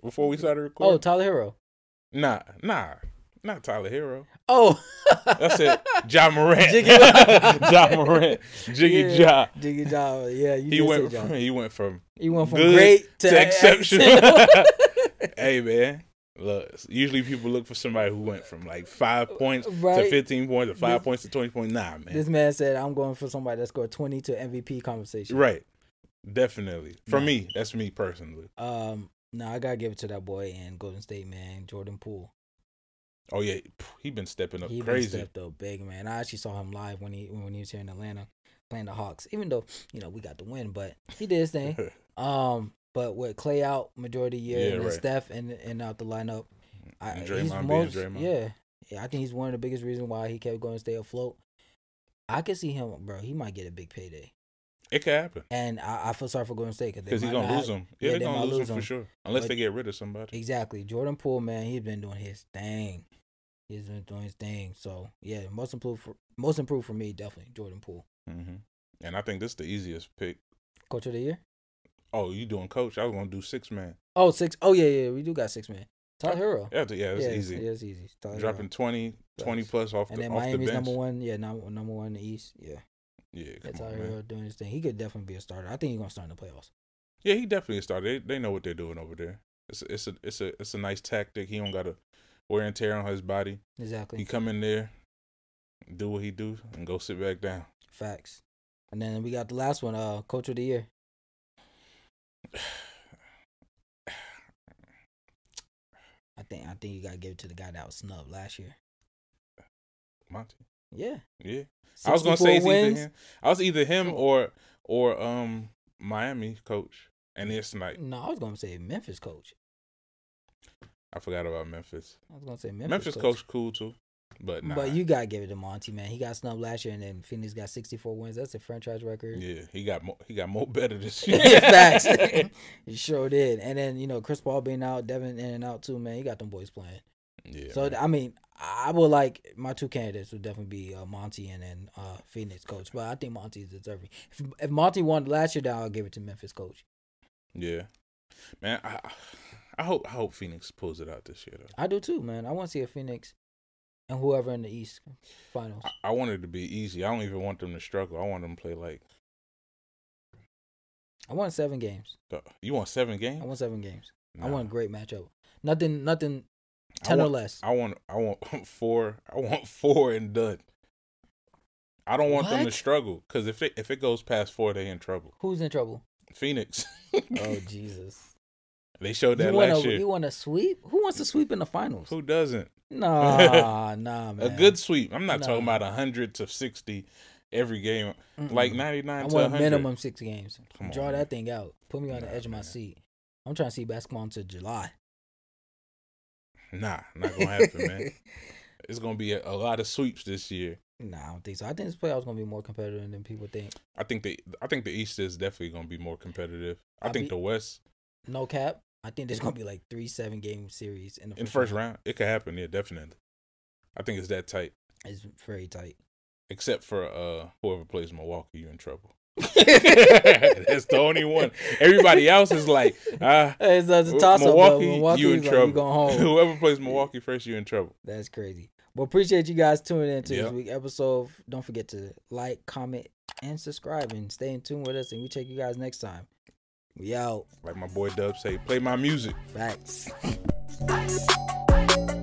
Speaker 2: Before we started
Speaker 1: Oh,
Speaker 2: recording?
Speaker 1: Tyler Hero.
Speaker 2: nah, nah, not Tyler Hero.
Speaker 1: Oh
Speaker 2: That's it. John Morant.
Speaker 1: Jiggy-
Speaker 2: John Morant. Jiggy
Speaker 1: Yeah.
Speaker 2: Ja.
Speaker 1: Jiggy Job. Yeah, you
Speaker 2: He
Speaker 1: did
Speaker 2: went
Speaker 1: say
Speaker 2: from
Speaker 1: Job.
Speaker 2: he went from
Speaker 1: He went from
Speaker 2: good
Speaker 1: great to,
Speaker 2: to exceptional.
Speaker 1: exceptional.
Speaker 2: hey man. Look, usually people look for somebody who went from like five points to
Speaker 1: Uh, Right.
Speaker 2: fifteen points to five
Speaker 1: This-
Speaker 2: points to twenty points. Nah, man.
Speaker 1: this man said, I'm going for somebody that scored twenty to MVP conversation.
Speaker 2: right. Definitely. For
Speaker 1: Nah.
Speaker 2: me, that's me personally.
Speaker 1: Um, no, I gotta give it to that boy in Golden State, man, Jordan Poole.
Speaker 2: Oh yeah, phew, he been stepping up
Speaker 1: He been
Speaker 2: crazy.
Speaker 1: stepped up big, man. I actually saw him live when he when he was here in Atlanta playing the Hawks. Even though you know we got the win, but he did his thing. Um, but with Clay out majority of the year
Speaker 2: Yeah,
Speaker 1: and then
Speaker 2: right.
Speaker 1: Steph and and out the lineup, I,
Speaker 2: And
Speaker 1: he's
Speaker 2: Draymond being
Speaker 1: most
Speaker 2: Draymond.
Speaker 1: yeah, yeah. I think he's one of the biggest reasons why he kept going to stay afloat. I could see him, bro. He might get a big payday,
Speaker 2: it could happen
Speaker 1: and I, I feel sorry for Golden State
Speaker 2: because
Speaker 1: they
Speaker 2: he's
Speaker 1: might
Speaker 2: gonna
Speaker 1: not-
Speaker 2: lose him. Yeah, they're
Speaker 1: they
Speaker 2: gonna
Speaker 1: might
Speaker 2: lose him
Speaker 1: lose
Speaker 2: for
Speaker 1: him.
Speaker 2: sure, unless
Speaker 1: But-
Speaker 2: they get rid of somebody.
Speaker 1: Exactly, Jordan Poole, man, he's been doing his thing. He's been doing his thing. So yeah, most improved for most improved for me, definitely Jordan Poole,
Speaker 2: hmm And I think this is the easiest pick.
Speaker 1: coach of the year.
Speaker 2: Oh, you doing coach? I was gonna do six man.
Speaker 1: Oh six, oh yeah, yeah, we do got six man. Todd Hero.
Speaker 2: Yeah, th- yeah, it's
Speaker 1: yeah,
Speaker 2: easy.
Speaker 1: Yeah, it's easy. Tyler Hero.
Speaker 2: Dropping 20, 20
Speaker 1: Facts.
Speaker 2: plus off
Speaker 1: And
Speaker 2: the
Speaker 1: then
Speaker 2: off the
Speaker 1: Miami's
Speaker 2: bench.
Speaker 1: number one. Yeah, number number one in the East. Yeah,
Speaker 2: Yeah, come
Speaker 1: that's
Speaker 2: on,
Speaker 1: how
Speaker 2: man.
Speaker 1: he's doing his thing. He could definitely be a starter. I think he's gonna start in the playoffs.
Speaker 2: Yeah, he definitely started. They, they know what they're doing over there. It's a, it's a it's a it's a nice tactic. He don't got a wear and tear on his body. He
Speaker 1: Exactly.
Speaker 2: come in there, do what he do, and go sit back down.
Speaker 1: Facts. And then we got the last one. Uh, coach of the year. I think I think you gotta give it to the guy that was snubbed last year.
Speaker 2: Monty.
Speaker 1: Yeah.
Speaker 2: Yeah, I was gonna
Speaker 1: 64
Speaker 2: say it's
Speaker 1: wins.
Speaker 2: either him. I was either him or or um Miami coach, and it's like
Speaker 1: No, I was gonna say Memphis coach.
Speaker 2: I forgot about Memphis.
Speaker 1: I was gonna say Memphis,
Speaker 2: Memphis, coach. cool too, but nah.
Speaker 1: But you gotta give it to Monty, man. He got snubbed last year, and then Phoenix got sixty four wins. That's a franchise record.
Speaker 2: yeah, he got more, he got more better this year.
Speaker 1: Facts. he sure did. And then you know Chris Paul being out, Devin in and out too, man. You got them boys playing.
Speaker 2: yeah,
Speaker 1: so
Speaker 2: man.
Speaker 1: I mean, I would like my two candidates would definitely be uh, Monty and then uh, Phoenix coach. But I think Monty is deserving. If, if Monty won last year, then I'll give it to Memphis coach.
Speaker 2: yeah, man. I I hope I hope Phoenix pulls it out this year though.
Speaker 1: I do too, man. I want to see a Phoenix and whoever in the East finals.
Speaker 2: I, I want it to be easy. I don't even want them to struggle. I want them to play like
Speaker 1: I want seven games.
Speaker 2: uh, you want seven games.
Speaker 1: I want seven games. I
Speaker 2: Nah.
Speaker 1: want a great matchup. Nothing, nothing,
Speaker 2: I
Speaker 1: ten or
Speaker 2: want-
Speaker 1: less.
Speaker 2: I want I want four. I want four and done. I don't want them to
Speaker 1: What?
Speaker 2: struggle because if it if it goes past four, they in trouble.
Speaker 1: Who's in trouble?
Speaker 2: Phoenix,
Speaker 1: Oh Jesus!
Speaker 2: they showed
Speaker 1: You
Speaker 2: that
Speaker 1: want
Speaker 2: last
Speaker 1: a you
Speaker 2: year.
Speaker 1: want a sweep? Who wants to sweep in the finals?
Speaker 2: Who doesn't?
Speaker 1: Nah, nah, man.
Speaker 2: A good sweep. I'm not talking
Speaker 1: Nah.
Speaker 2: about a hundred to sixty every game,
Speaker 1: Mm-mm.
Speaker 2: like ninety
Speaker 1: I
Speaker 2: nine to
Speaker 1: want a
Speaker 2: hundred.
Speaker 1: minimum six games.
Speaker 2: Come on,
Speaker 1: Draw
Speaker 2: man.
Speaker 1: that thing out. Put me on
Speaker 2: Nah,
Speaker 1: the edge of my
Speaker 2: man.
Speaker 1: seat. I'm trying to see basketball until July.
Speaker 2: Nah, not gonna happen, man. It's gonna be a, a lot of sweeps this year.
Speaker 1: Nah, I don't think so. I think this playoffs gonna be more competitive than people think.
Speaker 2: I think the I think the East is definitely gonna be more competitive. I,
Speaker 1: I
Speaker 2: think
Speaker 1: be-
Speaker 2: the West
Speaker 1: No cap. I think there's gonna be like three seven game series in the
Speaker 2: in the first round it could happen. Yeah, definitely. I think it's that tight.
Speaker 1: It's very tight.
Speaker 2: except for uh whoever plays Milwaukee, you're in trouble. That's the only one. Everybody else is like, ah,
Speaker 1: It's a, it's a toss
Speaker 2: Milwaukee,
Speaker 1: up. Milwaukee,
Speaker 2: you in trouble.
Speaker 1: you going home.
Speaker 2: whoever plays Milwaukee first, you're in trouble.
Speaker 1: That's crazy. Well, appreciate you guys tuning in to
Speaker 2: Yep.
Speaker 1: this week episode. Don't forget to like, comment, and subscribe, and stay in tune with us. And we check you guys next time. We out.
Speaker 2: Like my boy Dub say, play my music.
Speaker 1: Facts.
Speaker 4: Thank